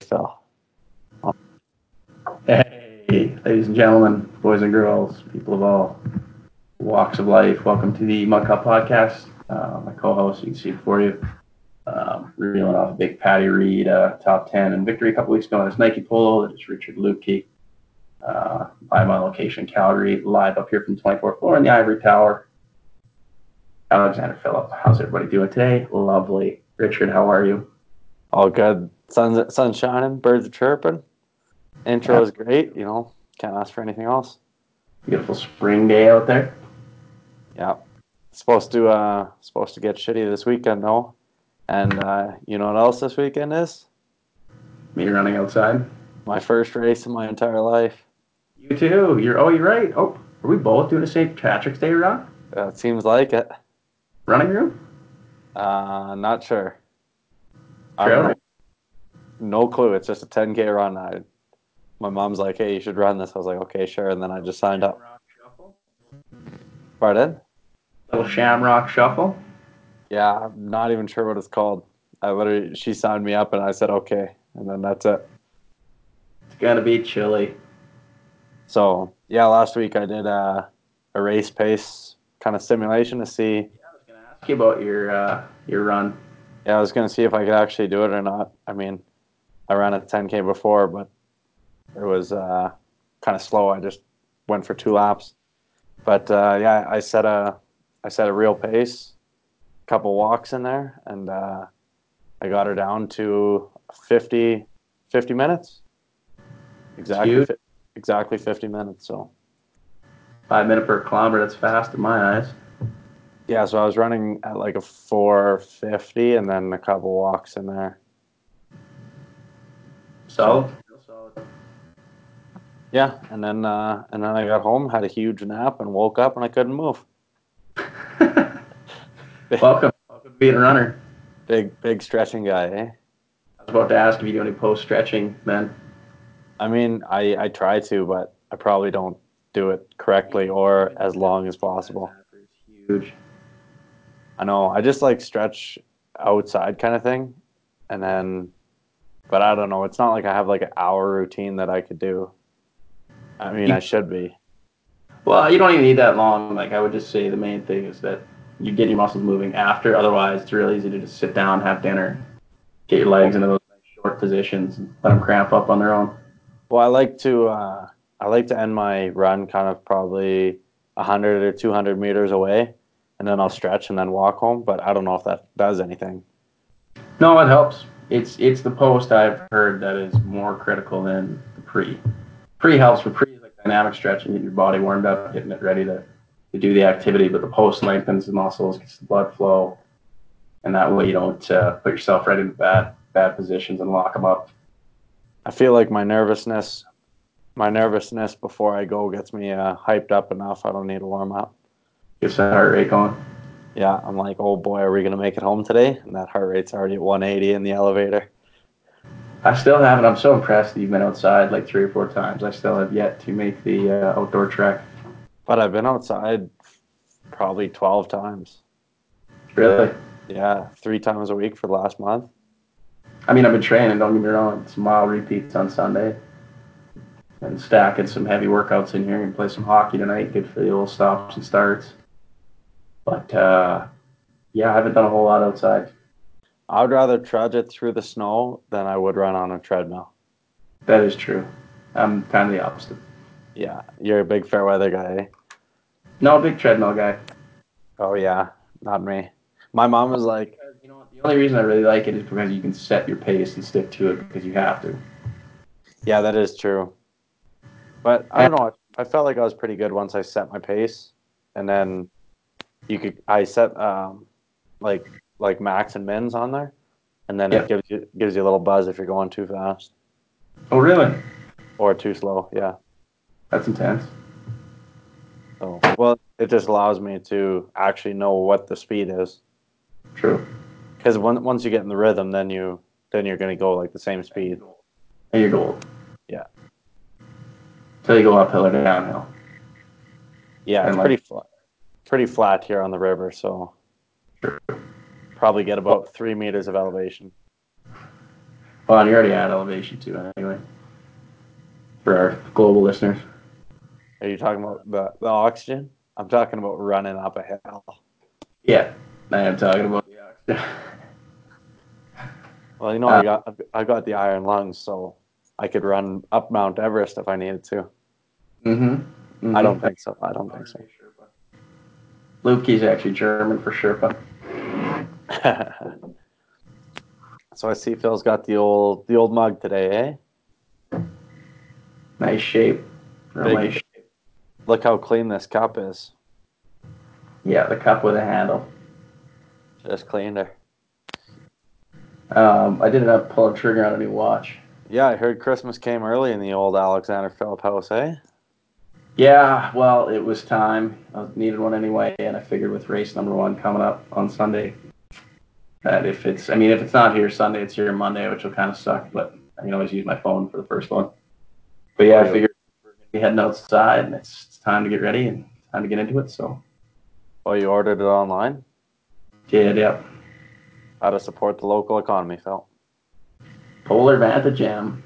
fell. Hey, ladies and gentlemen, boys and girls, people of all walks of life, welcome to the Mud Cup Podcast. Uh, my co-host, you can see before you, um, reeling off a big Patty Reed uh, top ten and victory a couple weeks ago on his Nike polo. That is Richard Lupke. Uh, live on location, Calgary, live up here from the 24th floor in the Ivory Tower. Alexander Phillip, how's everybody doing today? Lovely. Richard, how are you? All good. Sun's sun's shining, birds are chirping. Intro is great, you know. Can't ask for anything else. Beautiful spring day out there. Yeah. Supposed to uh supposed to get shitty this weekend though. And uh, you know what else this weekend is? Me running outside. My first race in my entire life. You too. You're oh, you're right. Oh, are we both doing a St. Patrick's Day run? Uh, it seems like it. Running room? Uh not sure. Trail I'm, run? no clue. It's just a 10k run. I, my mom's like, "Hey, you should run this." I was like, "Okay, sure." And uh, then I just signed up. Pardon? Little Shamrock Shuffle. Yeah, I'm not even sure what it's called. I literally, she signed me up, and I said, "Okay," and then that's it. It's gonna be chilly. So yeah, last week I did uh, a race pace kind of simulation to see. Yeah, I was gonna ask you about your uh, your run. Yeah, I was gonna see if I could actually do it or not. I mean, I ran a 10k before, but it was uh, kind of slow. I just went for two laps, but uh, yeah, I set a I set a real pace, couple walks in there, and uh, I got her down to 50, 50 minutes. Exactly, huge. fi- exactly 50 minutes. So. Five minute per kilometer. That's fast in my eyes. Yeah, so I was running at like a 450 and then a couple walks in there. Solid. Yeah, and then uh, and then I got home, had a huge nap, and woke up and I couldn't move. Welcome. Welcome to being a runner. Big big stretching guy, eh? I was about to ask if you do any post stretching, man. I mean, I I try to, but I probably don't do it correctly or as long as possible. Huge. I know I just like stretch outside kind of thing, and then, but I don't know. It's not like I have like an hour routine that I could do. I mean, I should be. Well, you don't even need that long. Like I would just say, the main thing is that you get your muscles moving after. Otherwise, it's real easy to just sit down, have dinner, get your legs into those nice short positions, and let them cramp up on their own. Well, I like to uh, I like to end my run kind of probably 100 or 200 meters away, and then I'll stretch and then walk home. But I don't know if that does anything. No, it helps. It's it's the post I've heard that is more critical than the pre. Pre helps for pre is like dynamic stretching, getting your body warmed up, getting it ready to, to do the activity. But the post lengthens the muscles, gets the blood flow, and that way you don't uh, put yourself right into bad bad positions and lock them up. I feel like my nervousness, my nervousness before I go gets me uh, hyped up enough. I don't need to warm up. Gets that heart rate going. Yeah, I'm like, oh boy, are we gonna make it home today? And that heart rate's already at 180 in the elevator. I still haven't. I'm so impressed that you've been outside like three or four times. I still have yet to make the uh, outdoor trek. But I've been outside probably 12 times. Really. Yeah, three times a week for the last month. I mean, I've been training. Don't get me wrong; it's mile repeats on Sunday, and stacking some heavy workouts in here. And play some hockey tonight. Good for the old stops and starts. But uh, yeah, I haven't done a whole lot outside. I would rather trudge it through the snow than I would run on a treadmill. That is true. I'm kind of the opposite. Yeah, you're a big fair weather guy. eh? No, big treadmill guy. Oh yeah, not me. My mom was like, You know, what, the only reason I really like it is because you can set your pace and stick to it because you have to. "Yeah, that is true," but I don't know. I, I felt like I was pretty good once I set my pace, and then you could I set um, like like max and mins on there, and then Yeah. it gives you gives you a little buzz if you're going too fast Oh, really? or too slow. Yeah. That's intense. So well, it just allows me to actually know what the speed is. True. because once once you get in the rhythm, then you then you're gonna go like the same speed. And your goal. Yeah. Till you go uphill or downhill. Yeah, it's And, like- pretty flat, pretty flat here on the river, so Sure. probably get about three meters of elevation. Well, and you already had elevation too, anyway. For our global listeners. Are you talking about the, the oxygen? I'm talking about running up a hill. Yeah, I am talking about the oxygen. Well, you know, Uh, I got I got the iron lungs, so I could run up Mount Everest if I needed to. mm-hmm. I don't think so. I don't think so. Luke is actually German for Sherpa. so I see Phil's got the old the old mug today, eh? Nice shape. Real Big. nice shape. Look how clean this cup is. Yeah, the cup with a handle. Just cleaned her. Um, I did not pull a trigger on a new watch. Yeah, I heard Christmas came early in the old Alexander Phillip house, eh? Yeah, well, it was time. I needed one anyway, and I figured with race number one coming up on Sunday, that if it's, I mean, if it's not here Sunday, it's here Monday, which will kind of suck, but I can always use my phone for the first one. But yeah, I figured we're going to be heading outside, and it's, it's time to get ready and time to get into it. So, Well, you ordered it online. did, yep. How to support the local economy, Phil. Polar Vanta Jam.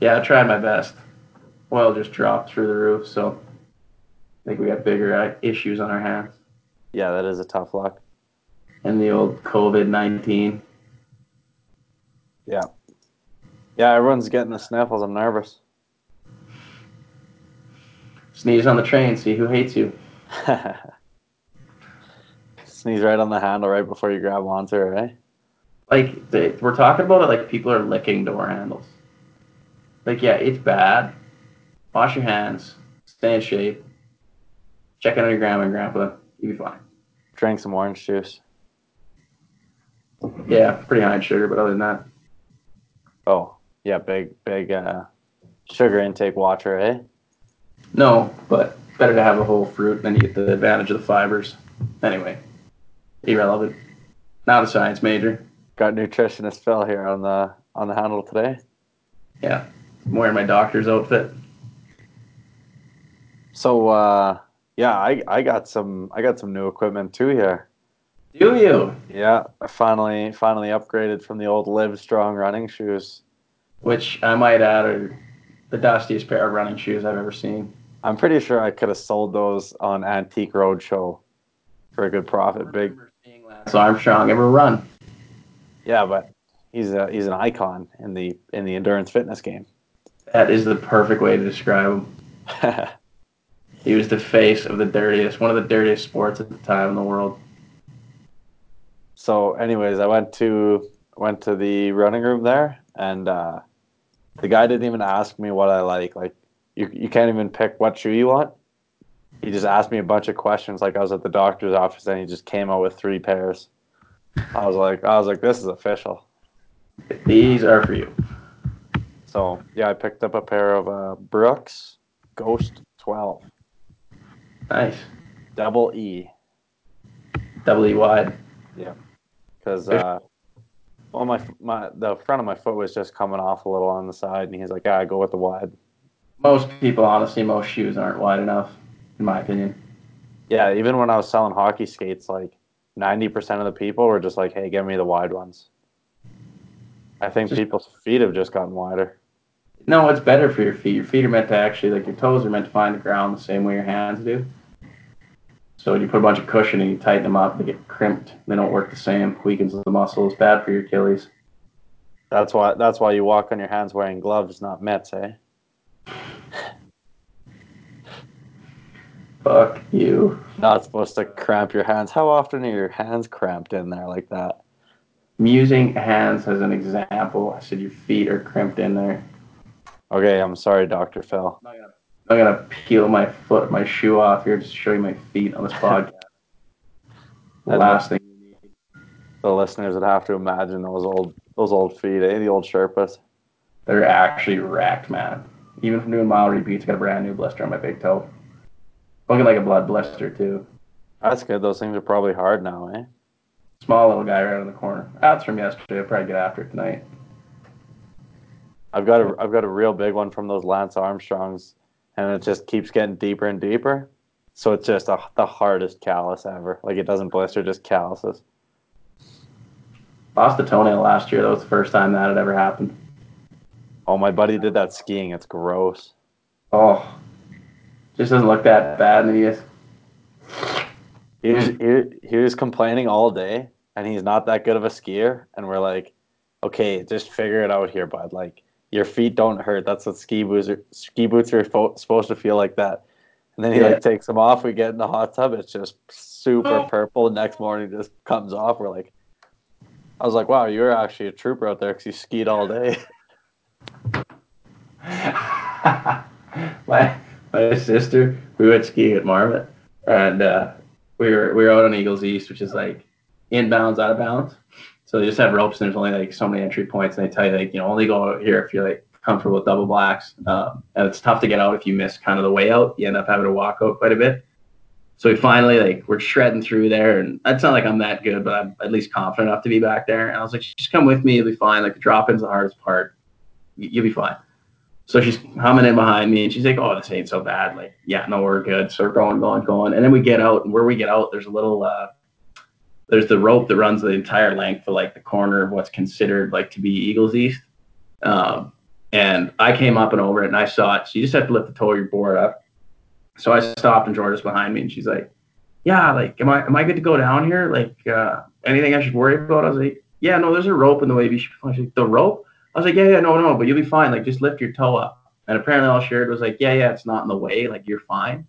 Yeah, I tried my best. Oil just dropped through the roof, so I think we got bigger uh, issues on our hands. Yeah, that is a tough luck. And the old COVID 19. Yeah, everyone's getting the sniffles. I'm nervous. Sneeze on the train, see who hates you. Sneeze right on the handle right before you grab onto her, eh? Like, they, we're talking about it like people are licking door handles. Like, yeah, it's bad. Wash your hands, stay in shape, check in on your grandma and grandpa, you'll be fine. Drink some orange juice. Yeah, pretty high in sugar, but other than that, Oh, yeah, big, big uh, sugar intake watcher, eh? No, but better to have a whole fruit than you get the advantage of the fibers. Anyway, irrelevant. Not a science major. Got nutritionist Phil here on the on the handle today. Yeah, I'm wearing my doctor's outfit. So uh, yeah, I, I got some I got some new equipment too here. Do you? Yeah, I finally finally upgraded from the old Live Strong running shoes. Which I might add are the dustiest pair of running shoes I've ever seen. I'm pretty sure I could have sold those on Antique Roadshow for a good profit. Big So Armstrong ever run? Yeah, but he's a he's an icon in the in the endurance fitness game. That is the perfect way to describe him. He was the face of the dirtiest, one of the dirtiest sports at the time in the world. so, anyways, I went to went to the running room there, and uh, the guy didn't even ask me what I like. Like, you you can't even pick what shoe you want. He just asked me a bunch of questions, like I was at the doctor's office, and he just came out with three pairs. I was like, I was like, this is official. These are for you. So yeah, I picked up a pair of uh, Brooks Ghost Twelve Nice. Double E. Doubly wide. because Okay. uh, well, my my the front of my foot was just coming off a little on the side, and he's like, "Yeah, go with the wide." Most people, honestly, most shoes aren't wide enough, in my opinion. Yeah, even when I was selling hockey skates, like ninety percent of the people were just like, "Hey, give me the wide ones." I think Just- people's feet have just gotten wider. No, it's better for your feet. Your feet are meant to actually, like your toes are meant to find the ground the same way your hands do. So when you put a bunch of cushion and you tighten them up, they get crimped. They don't work the same. Weakens the muscles. Bad for your Achilles. That's why. That's why you walk on your hands wearing gloves, not mitts, eh? Fuck you. Not supposed to cramp your hands. How often are your hands cramped in there like that? I'm using hands as an example. I said your feet are crimped in there. Okay, I'm sorry, Doctor Phil. I'm gonna peel my foot, my shoe off here, just to show you my feet on this podcast. The I'd last thing you need. The listeners would have to imagine those old those old feet, eh? The old Sherpas. They're actually racked, man. Even from doing mile repeats, got a brand new blister on my big toe. Looking like a blood blister too. That's good. Those things are probably hard now, eh? Small little guy right in the corner. That's from yesterday. I'll probably get after it tonight. I've got a I've got a real big one from those Lance Armstrongs, and it just keeps getting deeper and deeper. So it's just a, the hardest callus ever. Like it doesn't blister, just calluses. Lost a toenail last year. That was the first time that had ever happened. Oh, my buddy did that skiing. It's gross. Oh, just doesn't look that bad, and he is. He was, he, he was complaining all day, and he's not that good of a skier. And we're like, okay, just figure it out here, bud. Like your feet don't hurt. That's what ski boots are. Ski boots are fo- supposed to feel like that. And then he Yeah. like takes them off. We get in the hot tub. It's just super purple. Next morning, it just comes off. We're like, I was like, wow, you were actually a trooper out there because you skied all day. my my sister, we went skiing at Marmot, and uh, we were we were out on Eagles East, which is like inbounds, out of bounds. So they just have ropes, and there's only like so many entry points, and they tell you like you know only go out here if you're like comfortable with double blacks, um, and it's tough to get out if you miss kind of the way out. You end up having to walk out quite a bit. So we finally like we're shredding through there, and that's not like I'm that good, but I'm at least confident enough to be back there. And I was like, just come with me, you'll be fine. Like the drop in's the hardest part, Y- you'll be fine. So she's humming in behind me, and she's like, "Oh, this ain't so bad." Like, yeah, no, we're good. So we're going, going, going, and then we get out, and where we get out, there's a little, uh, there's the rope that runs the entire length of like the corner of what's considered like to be Eagles East. Um, and I came up and over it, and I saw it. So you just have to lift the toe of your board up. So I stopped, and Georgia's behind me, and she's like, "Yeah, like, am I am I good to go down here? Like, uh, anything I should worry about?" I was like, "Yeah, no, there's a rope in the way. You should." be fine." She's like, "The rope." I was like, yeah, yeah, no, no, but you'll be fine. Like, just lift your toe up. And apparently all she heard was like, yeah, yeah, it's not in the way. Like, you're fine.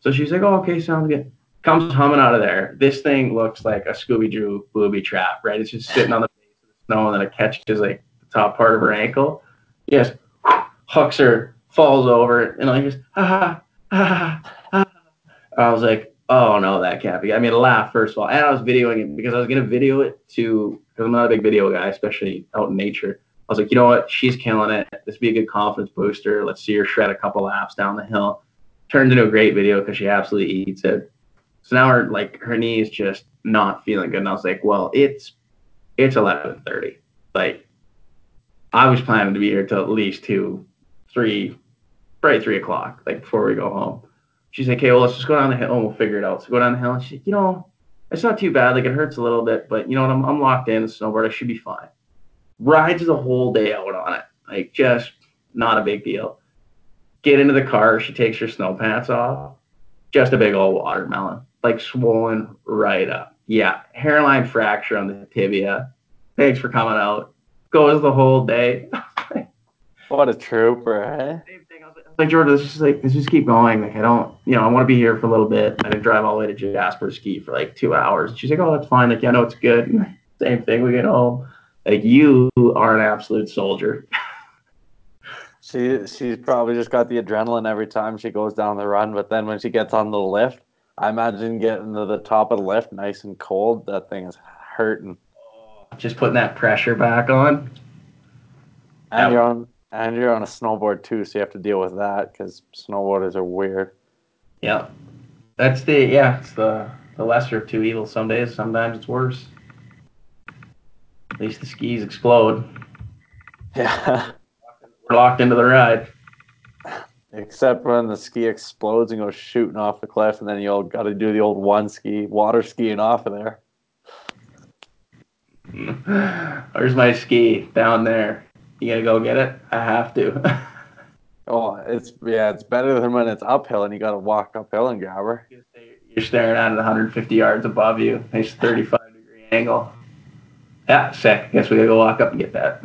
So she's like, oh, okay, sounds good. Comes humming out of there. This thing looks like a Scooby-Doo booby trap, right? It's just sitting on the base of the snow and then it catches, like, the top part of her ankle. Yes, hucks her, falls over, and I just, ha ha, ha ha, ha. I was like, oh, no, that can't be. I mean, laugh, first of all. And I was videoing it because I was going to video it to, because I'm not a big video guy, especially out in nature. I was like, you know what? She's killing it. This would be a good confidence booster. Let's see her shred a couple laps down the hill. Turned into a great video because she absolutely eats it. So now her like her knee is just not feeling good. And I was like, well, it's it's eleven thirty. Like I was planning to be here till at least two, three, probably three o'clock, like before we go home. She's like, okay, well, let's just go down the hill and we'll figure it out. So go down the hill and she's like, you know, it's not too bad. Like it hurts a little bit, but you know what? I'm I'm locked in, it's snowboard, I should be fine rides the whole day out on it. Like just not a big deal. Get into the car, she takes her snow pants off. Just a big old watermelon. Like swollen right up. Yeah. Hairline fracture on the tibia. Thanks for coming out. Goes the whole day. What a trooper, eh? Same thing. I was like- I was like, Georgia, let's just like let's just keep going. Like I don't, you know, I want to be here for a little bit. I didn't drive all the way to Jasper to ski for like two hours. She's like, oh, that's fine. Like, yeah, no, it's good. And same thing. We get home. Like you are an absolute soldier. She she's probably just got the adrenaline every time she goes down the run, but then when she gets on the lift, I imagine getting to the top of the lift nice and cold, that thing is hurting. Just putting that pressure back on. And That- you're on and you're on a snowboard too, so you have to deal with that because snowboarders are weird. Yeah. That's the yeah, it's the the lesser of two evils some days, sometimes it's worse. At least the skis explode. Yeah. We're locked into the ride. Except when the ski explodes and goes shooting off the cliff, and then you all got to do the old one ski, water skiing off of there. Where's my ski? Down there. You gonna go get it? I have to. Oh, it's yeah, it's better than when it's uphill and you got to walk uphill and grab her. You're staring at it 150 yards above you. Nice 35 degree angle. Yeah, sick. Guess we gotta go walk up and get that.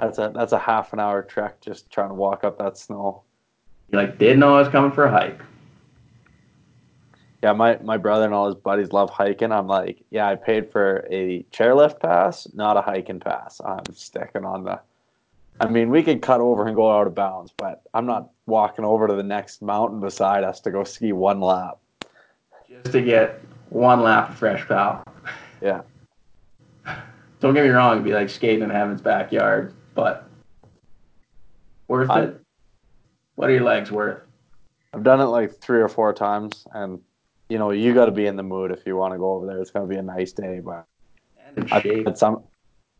That's a that's a half an hour trek just trying to walk up that snow. You like didn't know I was coming for a hike. Yeah, my, my brother and all his buddies love hiking. I'm like, yeah, I paid for a chairlift pass, not a hiking pass. I'm sticking on the. I mean, we could cut over and go out of bounds, but I'm not walking over to the next mountain beside us to go ski one lap. just to get one lap of fresh pal. Yeah. Don't get me wrong, it'd be like skating in heaven's backyard, but worth I- it. What are your legs worth? I've done it like three or four times, and you know, you got to be in the mood if you want to go over there. It's going to be a nice day, but And in I've shape. had some.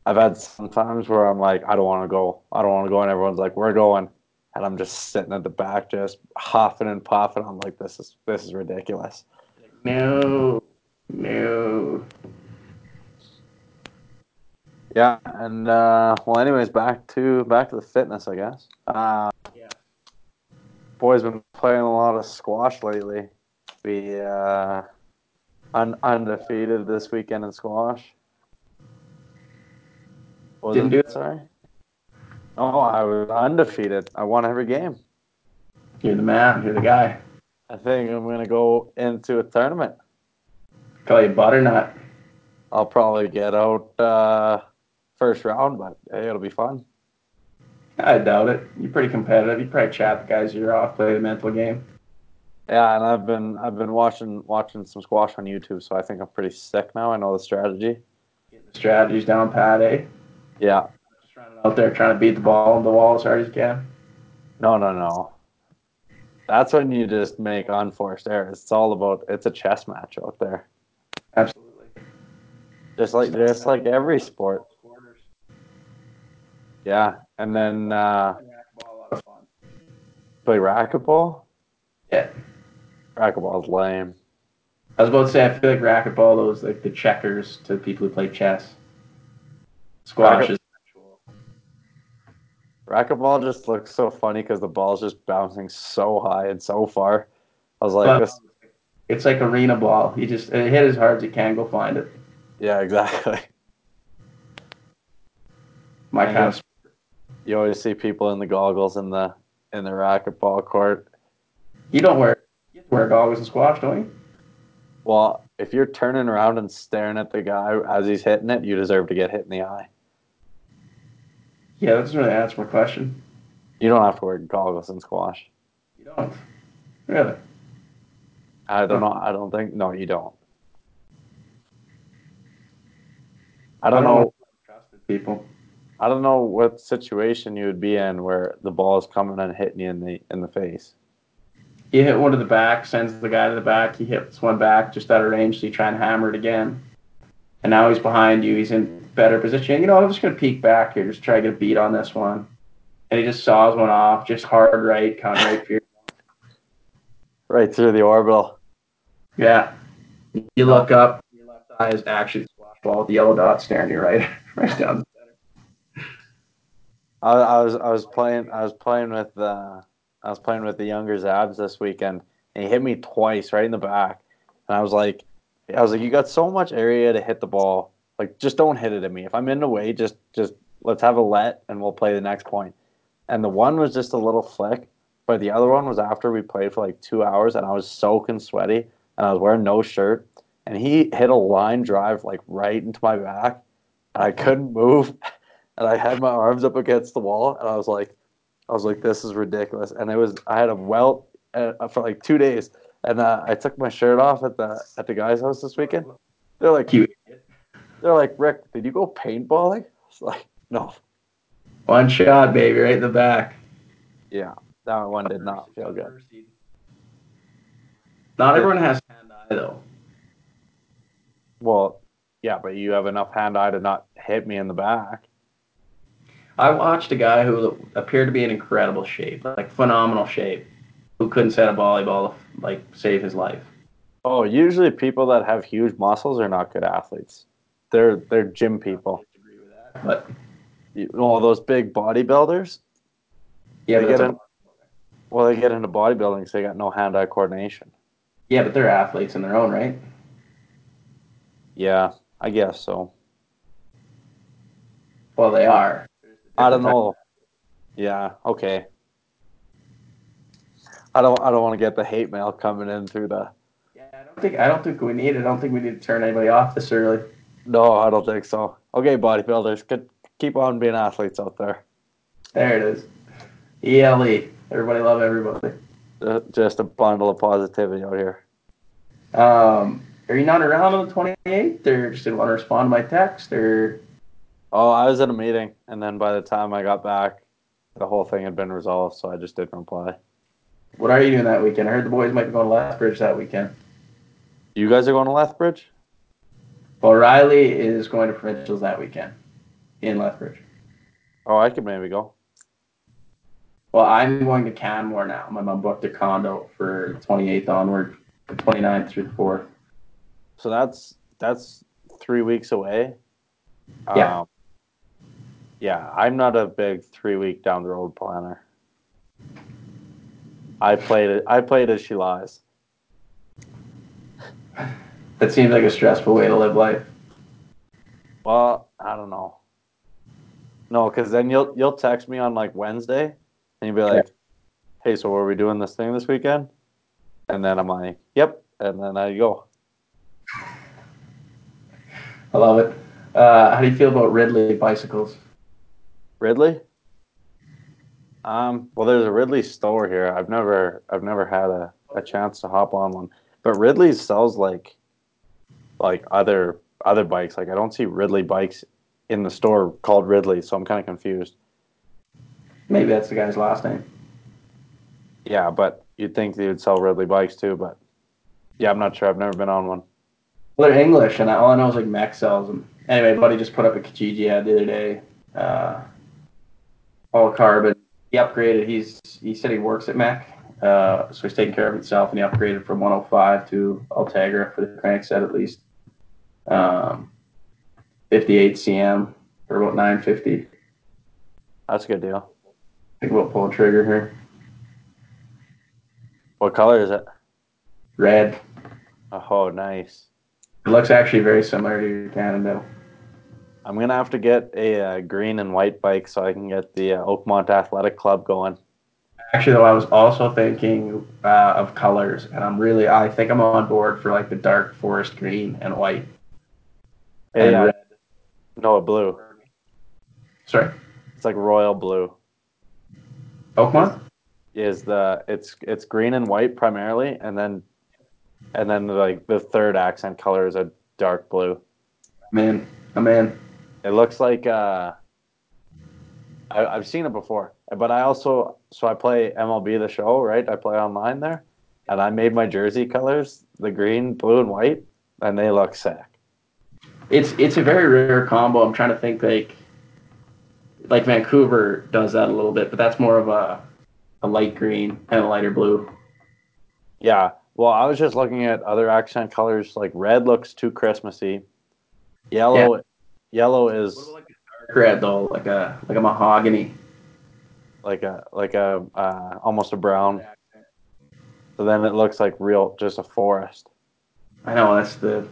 I've had some times where I'm like, I don't want to go. I don't want to go, and everyone's like, we're going, and I'm just sitting at the back, just huffing and puffing. I'm like, this is this is ridiculous. No, no. Yeah, and uh, well, anyways, back to back to the fitness, I guess. Uh, Yeah. Boy's been playing a lot of squash lately. We uh, un- undefeated this weekend in squash. Was Didn't it- do it. Sorry. Oh, I was undefeated. I won every game. You're the man. You're the guy. I think I'm gonna go into a tournament. Call you butternut. I'll probably get out uh, first round, but hey, it'll be fun. I doubt it. You're pretty competitive. You probably chat the guys you're off, play the mental game. Yeah, and I've been I've been watching watching some squash on YouTube, so I think I'm pretty sick now. I know the strategy. Get the strategies down pat, eh? Yeah. Just running out there trying to beat the ball in the wall as hard as you can. No, no, no. That's when you just make unforced errors. It's all about it's a chess match out there. Absolutely. Just like just like every sport. Quarters. Yeah. And then uh Racquetball, a lot of fun. play racquetball. Yeah. Racquetball's lame. I was about to say, I feel like racquetball, those like the checkers to people who play chess. Squash Racquet- is Racquetball just looks so funny because the ball's just bouncing so high and so far. I was like, Well- this, It's like arena ball. You just it hit as hard as you can. Go find it. yeah, exactly. My Yeah. kind of You always see people in the goggles in the in the racquetball court. you don't wear you wear goggles and squash, don't you? Well, if you're turning around and staring at the guy as he's hitting it, you deserve to get hit in the eye. Yeah, that doesn't really answer my question. You don't have to wear goggles in squash. You don't really. I don't know. I don't think. No, you don't. I don't know. Trusted people. I don't know what situation you would be in where the ball is coming and hitting you in the in the face. You hit one to the back, sends the guy to the back. He hits one back just out of range, so you try and hammer it again. And now he's behind you. He's in better position. You know, I'm just going to peek back here, just try to get a beat on this one. And he just saws one off, just hard right, count right for your. Right through the orbital. Yeah. You look up, your left eye is actually the squash ball with the yellow dot staring you right, right down the center. I, I was I was playing I was playing with uh, I was playing with the younger Zabs this weekend, and he hit me twice right in the back, and I was like, I was like, you got so much area to hit the ball, like just don't hit it at me. If I'm in the way, just just let's have a let, and we'll play the next point. And the one was just a little flick, but the other one was after we played for like two hours, and I was soaking sweaty, and I was wearing no shirt, and he hit a line drive like right into my back, and I couldn't move and I had my arms up against the wall, and I was like, I was like, this is ridiculous. And it was, I had a welt uh, for like two days, and uh, I took my shirt off at the at the guy's house this weekend. They're like, Cute. they're like, Rick, did you go paintballing? I was like, no, One shot, baby, right in the back. that one did not feel good. Not everyone has hand eye though. Well, yeah, but you have enough hand eye to not hit me in the back. I watched a guy who appeared to be in incredible shape, like phenomenal shape, who couldn't set a volleyball to like save his life. Oh, usually people that have huge muscles are not good athletes. They're they're gym people. Disagree with that, But You, all those big bodybuilders, yeah, They but get that's- in- Well, they get into bodybuilding because they got no hand-eye coordination. yeah, but they're athletes in their own right. Yeah, I guess so. Well, they are. I don't know. Yeah, okay. I don't. I don't want to get the hate mail coming in through the. Yeah, I don't think I don't think we need it. I don't think we need to turn anybody off this early. No, I don't think so. Okay, bodybuilders, could keep on being athletes out there. There it is. ELE. Everybody love everybody. Uh, Just a bundle of positivity out here. Um, are you not around on the 28th, or just didn't want to respond to my text, or Oh, I was in a meeting, and then by the time I got back, the whole thing had been resolved, so I just didn't reply. what are you doing that weekend? I heard the boys might be going to Lethbridge that weekend. You guys are going to Lethbridge? Well, Riley is going to provincials that weekend in Lethbridge. Oh, I could maybe go. Well, I'm going to Canmore now. My mom booked a condo for 28th onward, 29th through 4th. So that's that's three weeks away. Yeah. Um, yeah, I'm not a big three week down the road planner. I played it. I played as she lies. That seems like a stressful way to live life. Well, I don't know. No, because then you'll you'll text me on like Wednesday, and you'll be like, "Hey, so are we doing this thing this weekend?" And then I'm like, "Yep," and then I go. I love it. Uh, how do you feel about Ridley bicycles? Ridley. Um. Well, there's a Ridley store here. I've never I've never had a, a chance to hop on one, but Ridley sells like like other other bikes. Like I don't see Ridley bikes in the store called Ridley, so I'm kind of confused. Maybe that's the guy's last name. Yeah, but you'd think they would sell Ridley bikes too, but yeah, I'm not sure. I've never been on one. Well, they're English, and I, all I know is like Mac sells them. Anyway, buddy just put up a Kijiji ad the other day. Uh, all carbon. He upgraded. He's he said he works at Mac, uh, so he's taking care of himself, and he upgraded from 105 to Altegra for the crank set at least. Um, 58 cm or about 950. That's a good deal. Think we'll pull a trigger here. What color is it? Red. Oh, nice. It looks actually very similar to your Cannondale. I'm gonna have to get a uh, green and white bike so I can get the uh, Oakmont Athletic Club going. Actually, though, I was also thinking uh, of colors, and I'm really, I think I'm on board for like the dark forest green and white. And Yeah, red. no, blue. Sorry, It's like royal blue. Oakmont? Is the it's it's green and white primarily, and then and then like the third accent color is a dark blue. Man, I'm in. It looks like uh, I, I've seen it before, but I also so I play MLB the Show, right? I play online there, and I made my jersey colors the green, blue, and white, and they look sick. It's it's a very rare combo. I'm trying to think like like Vancouver does that a little bit, but that's more of a a light green and a lighter blue. Yeah. Well, I was just looking at other accent colors. Like red looks too Christmassy. Yellow, yellow is Dark red though, like a like a mahogany. like a like a uh, almost a brown. So then it looks like real, just a forest. I know that's the.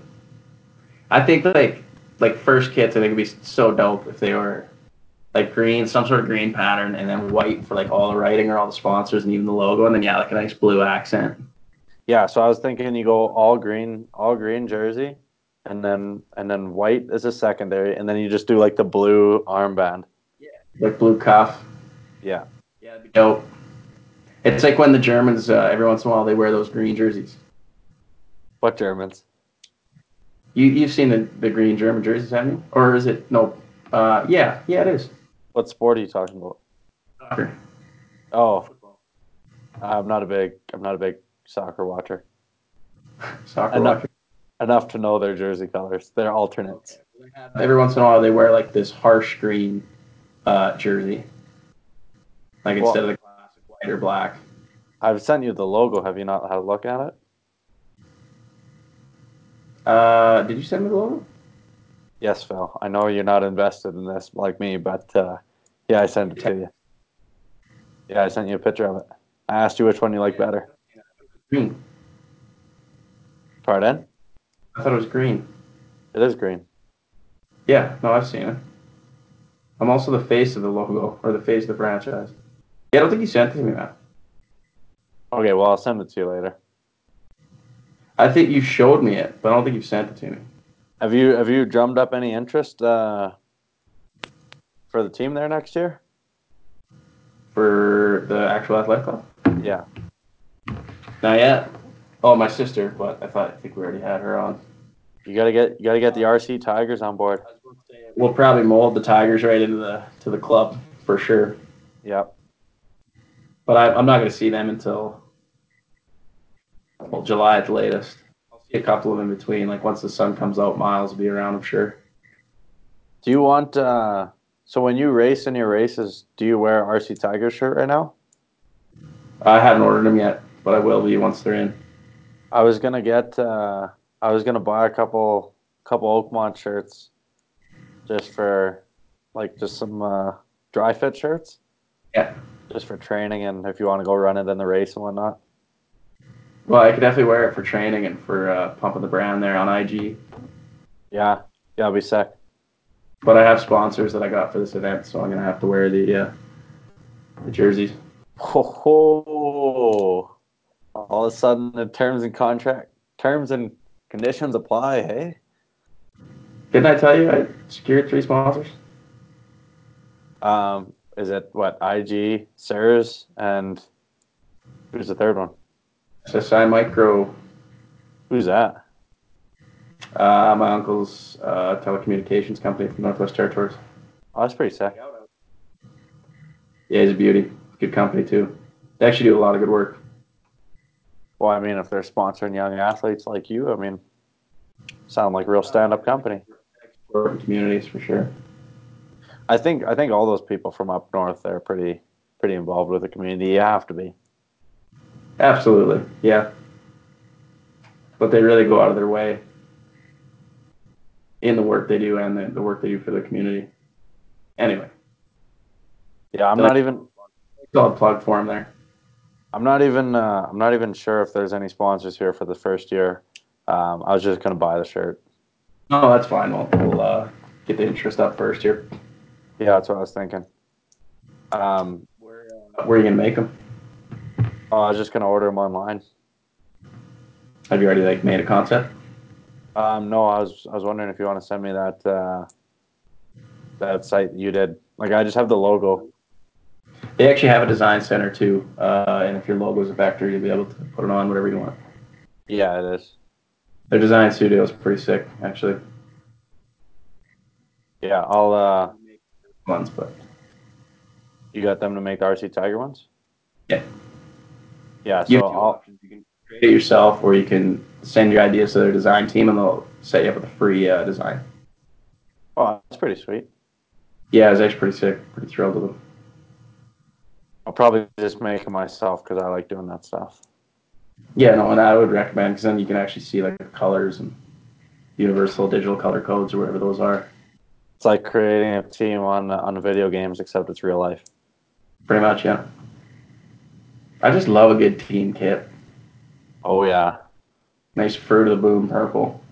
I think like like first kits, I think would be so dope if they were like green, some sort of green pattern, and then white for like all the writing or all the sponsors and even the logo, and then yeah, like a nice blue accent. Yeah. So I was thinking you go all green, all green jersey, and then and then white is a secondary, and then you just do like the blue armband. like blue cuff. Yeah. Yeah, that'd be dope. It's like when the Germans, uh, every once in a while, they wear those green jerseys. What Germans? You you've seen the, the green German jerseys, haven't you? Or is it no? Uh, yeah, yeah, it is. What sport are you talking about? Soccer. Oh, I'm not a big I'm not a big soccer watcher. Soccer. And watch. enough to know their jersey colors. They're alternates. Every once in a while, they wear like this harsh green uh, jersey, like Well- instead of the classic white or black. I've sent you the logo. Have you not had a look at it? Uh, did you send me the logo? Yes, Phil. I know you're not invested in this like me, but uh, yeah, I sent it to you. Yeah, I sent you a picture of it. I asked you which one you like better. Green. Pardon? I thought it was green. It is green. Yeah, no, I've seen it. I'm also the face of the logo or the face of the franchise. Yeah, I don't think you sent it to me, man. Okay, well, I'll send it to you later. I think you showed me it, but I don't think you sent it to me. Have you have you drummed up any interest uh, for the team there next year? For the actual athletic club? Yeah. Not yet. Oh, my sister, but I thought I think we already had her on. You gotta get you gotta get the RC Tigers on board. We'll probably mold the Tigers right into the to the club for sure. Yep. But I, I'm not going to see them until well, July at the latest. I'll see a couple of in between. Like once the sun comes out, Miles will be around, I'm sure. Do you want uh, so when you race in your races, do you wear a RC Tiger shirt right now? I haven't ordered them yet, but I will be once they're in. I was gonna get. Uh, I was gonna buy a couple couple Oakmont shirts, just for like just some uh, dry fit shirts. Yeah. Just for training and if you want to go run it in the race and whatnot. Well, I could definitely wear it for training and for uh, pumping the brand there on IG. Yeah, yeah, it'll be sick. But I have sponsors that I got for this event, so I'm gonna have to wear the uh, the jerseys. Ho ho! All of a sudden, the terms and contract terms and conditions apply. Hey, Didn't I tell you I secured three sponsors? um, is it what IG, Sirs, and who's the third one? SSI Micro, Who's that? uh, my uncle's uh, telecommunications company from Northwest Territories. Oh, that's pretty sick. Yeah, he's a beauty. Good company too. They actually do a lot of good work. Well, I mean, if they're sponsoring young athletes like you, I mean, sound like real stand-up company. For communities for sure. I think I think all those people from up north they're pretty pretty involved with the community. You have to be. Absolutely, yeah. But they really go out of their way in the work they do and the, the work they do for the community. Anyway, Yeah, I'm not even solid plug for them there. I'm not even uh, I'm not even sure if there's any sponsors here for the first year. Um, I was just gonna buy the shirt. No, that's fine. We'll, we'll uh, get the interest up first here. Yeah, that's what I was thinking. Um, Where are you gonna make them? oh, I was just gonna order them online. Have you already like made a concept? Um, no, I was I was wondering if you want to send me that uh, that site you did. Like I just have the logo. They actually have a design center too, uh, and if your logo is a vector, you'll be able to put it on whatever you want. Yeah, it is. Their design studio is pretty sick, actually. Yeah, I'll. Uh, Ones, but you got them to make the RC Tiger ones. Yeah. Yeah. So you have two I'll, options. You can create it yourself, or you can send your ideas to their design team, and they'll set you up with a free uh, design. oh, that's pretty sweet. Yeah, it was actually pretty sick. Pretty thrilled with them. I'll probably just make it myself because I like doing that stuff. Yeah, no, and I would recommend because then you can actually see like the colors and universal digital color codes or whatever those are. It's like creating a team on on video games, except it's real life. Pretty much, yeah. I just love a good team kit. Oh yeah, Nice fruit of the boom purple.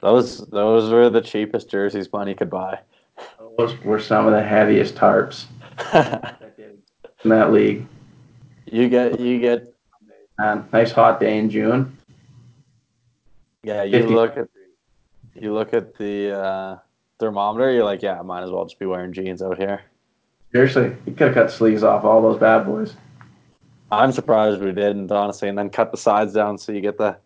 those those were the cheapest jerseys money could buy. Those were some of the heaviest tarps in that league. you get you get Man, nice hot day in June. yeah. You 50. look at you look at the uh, thermometer. You're like, yeah, I might as well just be wearing jeans out here. Seriously, you could have cut sleeves off all those bad boys. I'm surprised we didn't, honestly, and then cut the sides down so you get the,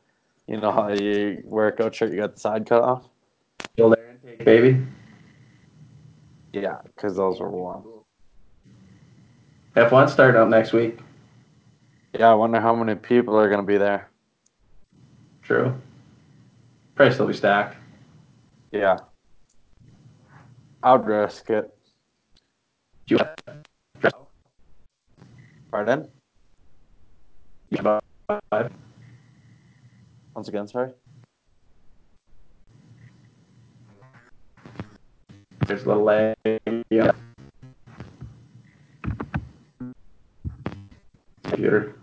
you know, how you workout shirt, you got the side cut off. Still there intake, baby. Yeah, because those were warm. F1 starting up next week. Yeah, I wonder how many people are going to be there. True. Probably still be stacked. Yeah. I'd risk it. Do you Pardon? about five? Once again, sorry. There's a little leg. Yeah. Computer.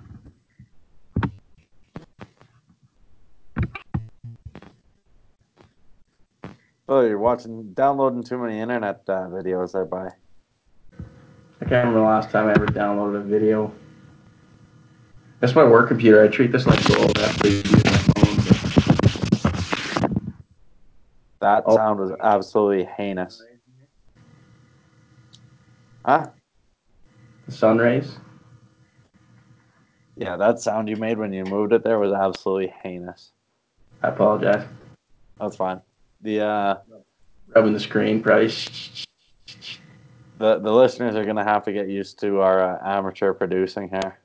Oh, you're watching, downloading too many internet uh, videos there, by. I can't remember the last time I ever downloaded a video. That's my work computer. I treat this like gold. I have to use my phone. That Oh. sound was absolutely heinous. Huh? The sun rays. Yeah, that sound you made when you moved it there was absolutely heinous. I apologize. That's fine. The, uh, Rubbing the screen, probably. The the listeners are gonna have to get used to our uh, amateur producing here.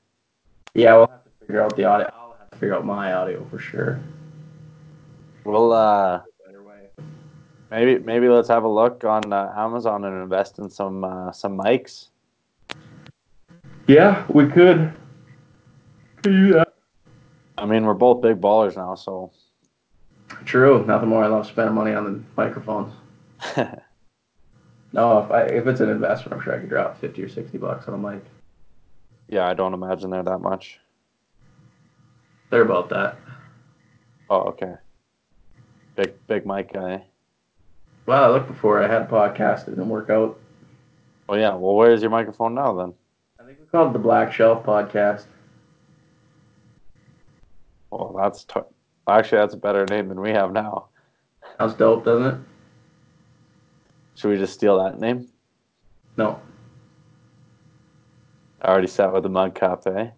Yeah, we'll have to figure out the audio. I'll have to figure out my audio for sure. We'll uh, Better way. maybe maybe let's have a look on uh, Amazon and invest in some uh, some mics. Yeah, we could. Could do that. I mean, we're both big ballers now, so True. Nothing more. I love spending money on the microphones. No, if I if it's an investment, I'm sure I could drop fifty or sixty bucks on a mic. Yeah, I don't imagine they're that much. They're about that. Oh, okay. Big big mic guy. Well, I looked before. I had a podcast. It didn't work out. Oh yeah. Well, where's your microphone now then? I think we called it the Black Shelf Podcast. Well, that's t- actually that's a better name than we have now. Sounds dope, doesn't it? Should we just steal that name? No, I already sat with the mug cup, eh?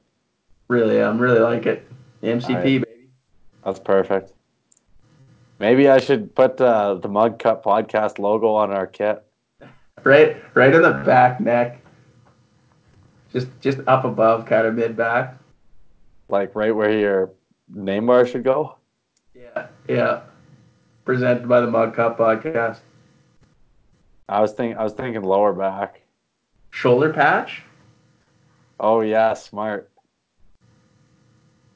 really, I'm really like it. MCP, Alright. baby. That's perfect. Maybe I should put uh, the Mug Cup podcast logo on our kit. Right, right in the back neck. Just, just up above, kind of mid back. like right where your name bar should go. Yeah, yeah. Presented by the Mug Cup Podcast. I was thinking, I was thinking lower back. Shoulder patch. Oh yeah, smart.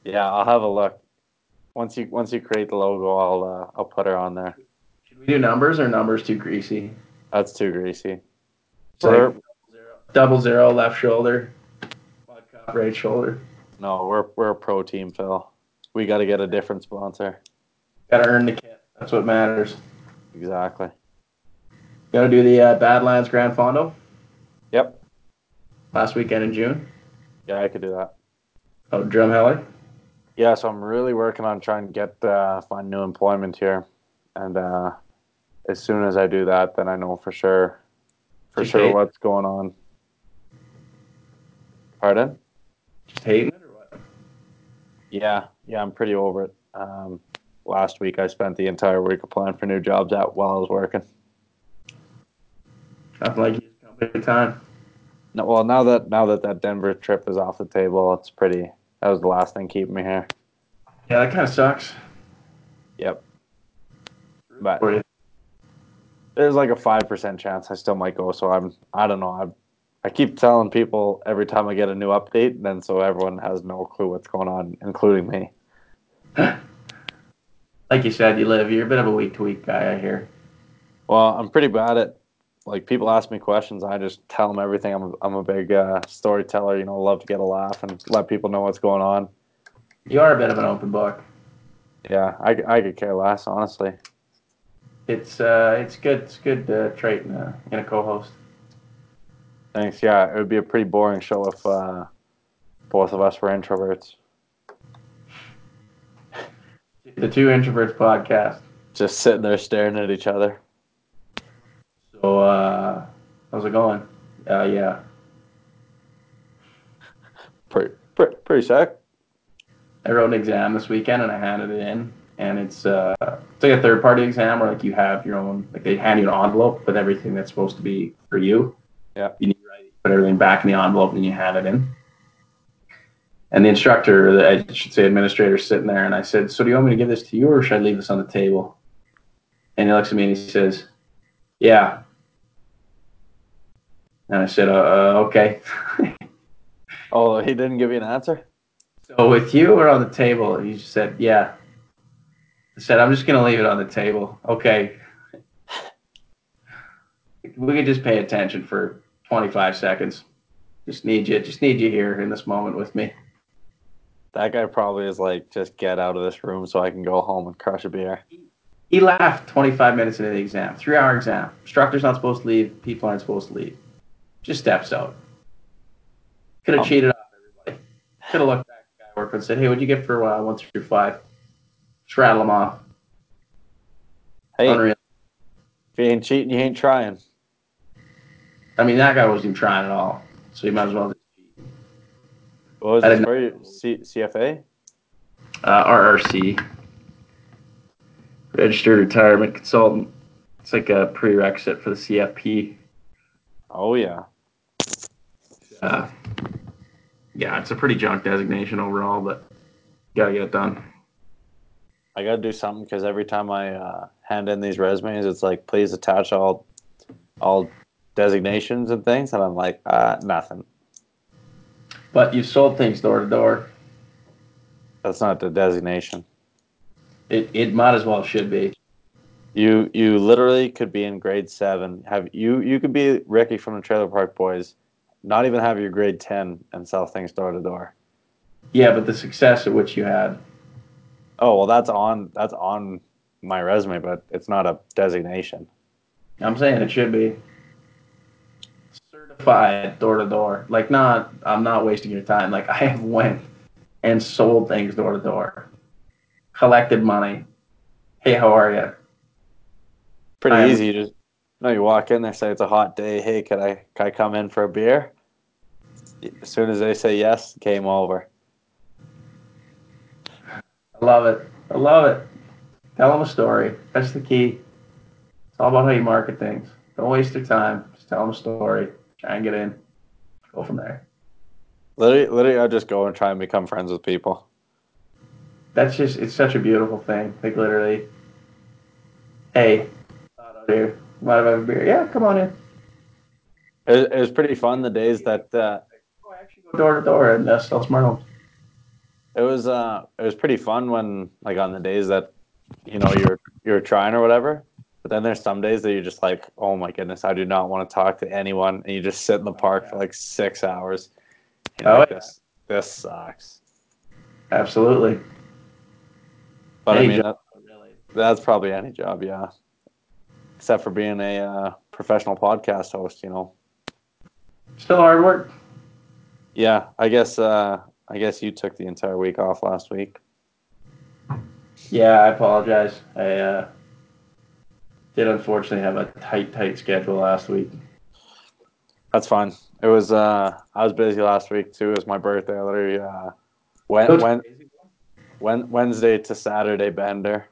Yeah, I'll have a look. Once you once you create the logo, I'll uh, I'll put her on there. Should we do numbers or numbers too greasy? That's too greasy. It's like We're- double zero left shoulder, Mud Cup right shoulder. No, we're we're a pro team, Phil. We got to get a different sponsor. Gotta earn the kit. That's what matters. Exactly. Gotta do the uh, Badlands Grand Fondo Yep. last weekend in June. Yeah, I could do that. Oh, Drum Alley. Yeah, so I'm really working on trying to get uh, find new employment here, and uh, as soon as I do that, then I know for sure, for Just sure hate- what's going on. Pardon? Just hating it or what? Yeah, yeah, I'm pretty over it. Um, last week I spent the entire week applying for new jobs out while I was working. Nothing like used company time. No, well, now that now that that Denver trip is off the table, it's pretty. That was the last thing keeping me here. Yeah, that kind of sucks. Yep. But For you. there's like a five percent chance I still might go. So I'm I don't know. I'm I keep telling people every time I get a new update, and then so everyone has no clue what's going on, including me. Like you said, you live. You're a bit of a week to week guy, I hear. Well, I'm pretty bad at like people ask me questions. I just tell them everything. I'm a, I'm a big uh, storyteller. You know, love to get a laugh and let people know what's going on. You are a bit of an open book. Yeah, I, c- I could care less, honestly. It's uh, it's good. It's a good uh, trait in a, in a co-host. Thanks. Yeah, it would be a pretty boring show if uh, both of us were introverts. The two introverts podcast. Just sitting there staring at each other. So uh, how's it going? Uh, yeah, Pretty, pretty, pretty sick. I wrote an exam this weekend and I handed it in. And it's uh, it's like a third party exam where like you have your own like they hand you an envelope with everything that's supposed to be for you. Yeah. You need to write, put everything back in the envelope and you hand it in. And the instructor, or the, I should say administrator, is sitting there and I said, "So do you want me to give this to you or should I leave this on the table?" And he looks at me and he says, "Yeah." And I said, "Uh, uh okay." Oh, he didn't give you an answer? So with you or on the table? And you just said, yeah. I said, I'm just going to leave it on the table. Okay. We could just pay attention for 25 seconds. Just need you. Just need you here in this moment with me. That guy probably is like, just get out of this room so I can go home and crush a beer. He laughed 25 minutes into the exam, three hour exam. Instructor's not supposed to leave. People aren't supposed to leave. Just steps out. Could have Um, cheated off everybody. Could have looked back at the guy at work and said, hey, what'd you get for uh, one through five? Just rattle them off. Hey, Unreal. if you ain't cheating, you ain't trying. I mean, that guy wasn't even trying at all, so you might as well just cheat. What was I this didn't for you? C- CFA? Uh, RRC, Registered Retirement Consultant. It's like a prerequisite for the CFP. Oh, yeah. Uh, yeah, it's a pretty junk designation overall, but gotta get it done. I got to do something because every time I uh, hand in these resumes, it's like, please attach all all designations and things. And I'm like, uh, nothing. But you sold things door to door. That's not the designation. It it might as well should be. You you literally could be in grade seven. Have you you could be Ricky from the Trailer Park Boys, not even have your grade ten and sell things door to door. Yeah, but the success at which you had. Oh well, that's on that's on my resume, but it's not a designation. I'm saying it should be certified door to door. Like not I'm not wasting your time. Like I have went and sold things door to door. Collected money. Hey, how are you? Pretty I'm- easy. You just no, you walk in, they say it's a hot day. Hey, can I can I come in for a beer? As soon as they say yes, game over. I love it. I love it. Tell them a story. That's the key. It's all about how you market things. Don't waste their time. Just tell them a story. Try and get in. Go from there. Literally, literally, I just go and try and become friends with people. That's just, it's such a beautiful thing. Like literally, hey, thought out here. Might have a beer. Yeah, come on in. It, was- it was pretty fun the days that uh, Oh, I actually go door to door and uh, sell smart homes. it was uh it was pretty fun when like on the days that you know you're you're trying or whatever but then there's some days that you're just like oh my goodness i do not want to talk to anyone and you just sit in the park for like six hours and you're Oh, like, yeah. this this sucks Absolutely. but i Any mean job, that, that's probably any job yeah except for being a uh, professional podcast host you know Still hard work. yeah i guess uh i guess you took the entire week off last week Yeah, I apologize. I uh, did unfortunately have a tight, tight schedule last week. That's fine. It was uh I was busy last week too. It was my birthday. I literally uh So went, it's went, crazy. went Wednesday to Saturday bender.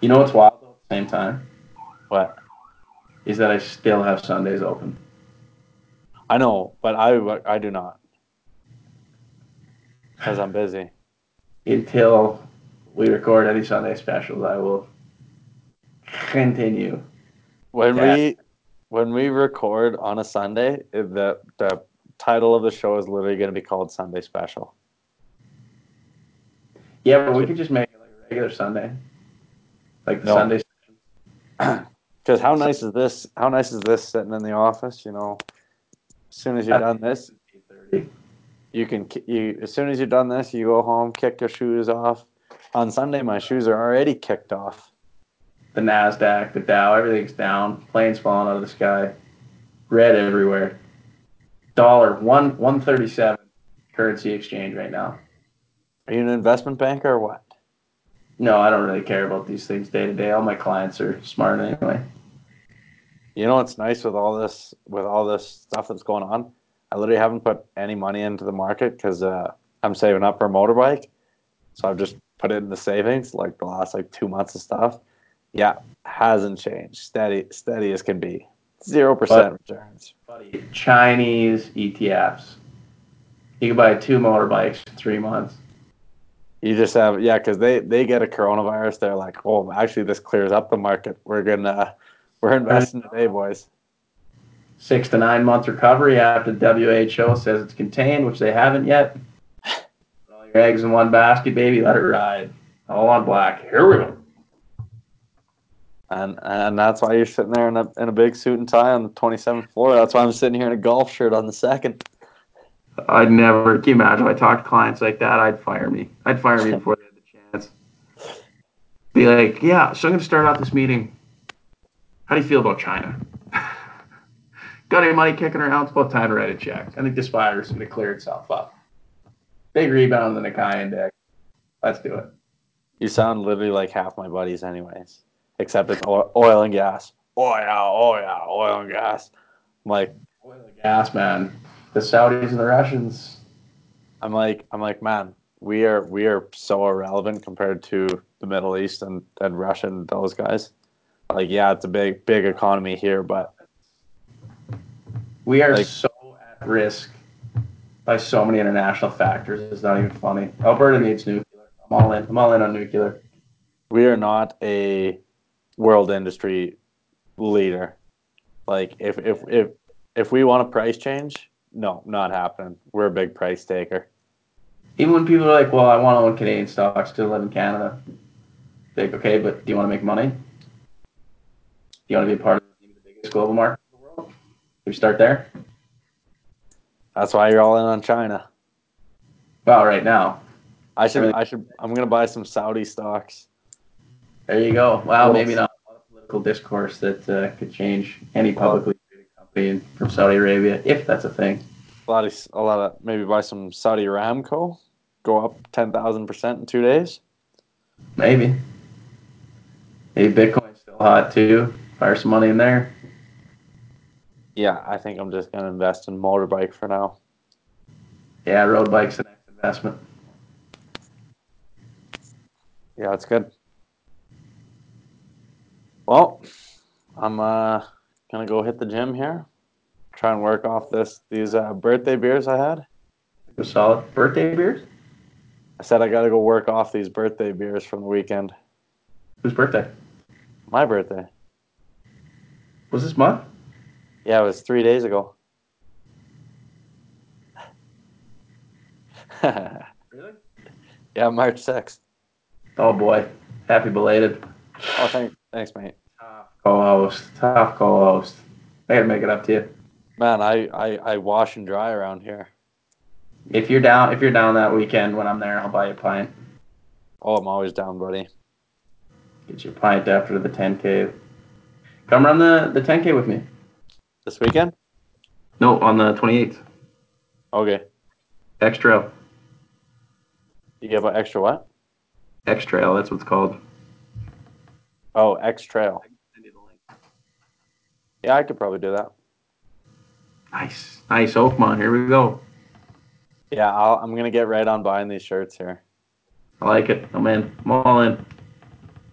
You know what's wild though at the same time But is that I still have Sundays open. I know, but I I do not because I'm busy. Until we record any Sunday specials, I will continue. When Yeah. we when we record on a Sunday, it- the the title of the show is literally going to be called Sunday Special. Yeah, but we could just make it like a regular Sunday, like the No. Sunday. Because how nice is this? How nice is this sitting in the office? You know, as soon as you're done this, you can ki- you as soon as you're done this, you go home, kick your shoes off. On Sunday, my shoes are already kicked off. The Nasdaq, the Dow, everything's down. Planes falling out of the sky, red everywhere. Dollar one one thirty seven currency exchange right now. Are you an investment banker or what? No, I don't really care about these things day to day. All my clients are smart anyway. You know what's nice with all this with all this stuff that's going on? I literally haven't put any money into the market because uh, I'm saving up for a motorbike, so I've just put it in the savings like the last like two months of stuff. Yeah, hasn't changed. Steady, steady as can be. Zero percent returns. buddy, Chinese ETFs. You can buy two motorbikes in three months. You just have yeah, because they they get a coronavirus. They're like, oh, actually, this clears up the market. We're gonna we're investing today, boys. Six to nine month recovery after WHO says it's contained, which they haven't yet. Put All your eggs in one basket, baby. Let it ride. All on black. Here we go. And and that's why you're sitting there in a in a big suit and tie on the 27th floor. That's why I'm sitting here in a golf shirt on the second. I'd never. Can you imagine? If I talked to clients like that, I'd fire me. I'd fire me before they had the chance. Be like, yeah. So I'm going to start off this meeting. How do you feel about China? Got any money kicking around? It's about time to write a check. I think this virus is going to clear itself up. Big rebound in the Nikkei index. Let's do it. You sound literally like half my buddies, anyways. Except it's oil, oil and gas. Oh yeah, oh yeah, oil and gas. I'm like Oil and gas, man. The Saudis and the Russians. I'm like I'm like man, we are we are so irrelevant compared to the Middle East and and Russia and those guys. Like yeah, it's a big big economy here, but We are Like- so at risk by so many international factors. It's not even funny. Alberta needs nuclear. I'm all in. I'm all in on nuclear. we are not a world industry leader. Like if if if if we want a price change, no, not happening. We're a big price taker. Even when people are like, "Well, I want to own Canadian stocks to live in Canada," like, okay, but do you want to make money? Do you want to be a part of the biggest global market in the world? We start there. That's why you're all in on China. Well, right now, I should. Really? I should. I'm gonna buy some Saudi stocks. there you go. Wow, Well, maybe not. A lot of political discourse that uh, could change any publicly traded company from Saudi Arabia, if that's a thing. A lot of. A lot of. Maybe buy some Saudi Ramco. Go up ten thousand percent in two days. Maybe. Maybe Bitcoin's still hot too. Fire some money in there. Yeah, I think I'm just gonna invest in motorbike for now. Yeah, road bike's the next investment. Yeah, that's good. Well, I'm uh, gonna go hit the gym here. Try and work off this these uh, birthday beers I had. It was solid. Birthday beers? I said I gotta go work off these birthday beers from the weekend. Whose birthday? My birthday. Was this month? Yeah, it was three days ago. yeah, Really? March 6th. Oh boy. Happy belated. Oh, thanks, thanks, mate. Tough co-host. Tough co-host. I gotta make it up to you. Man, I, I, I wash and dry around here. If you're down if you're down that weekend when I'm there, I'll buy you a pint. Oh, I'm always down, buddy. Get you a pint after the ten K. Come run the, the ten K with me. This weekend? No, on the twenty eighth. Okay. X trail. You have an extra what? X trail, that's what it's called. Oh, X Trail. Yeah, I could probably do that. Nice. Nice Oakmont. Here we go. Yeah, I'll, I'm going to get right on buying these shirts here. I like it. I'm in. I'm all in.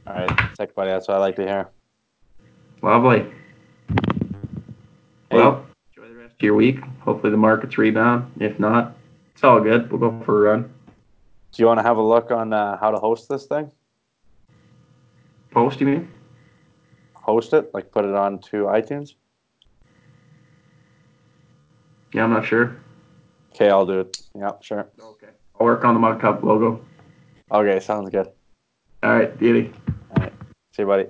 All right. Sick, buddy. That's what I like to hear. Lovely. Hey, Well, enjoy the rest of your week. Hopefully the markets rebound. If not, it's all good. We'll go for a run. do you want to have a look on uh, how to host this thing? Post, you mean? Host it? Like put it on to iTunes? Yeah, I'm not sure. Okay, I'll do it. Yeah, sure. Okay. I'll work on the Mug Cup logo. Okay, sounds good. All right, beauty. See you, buddy.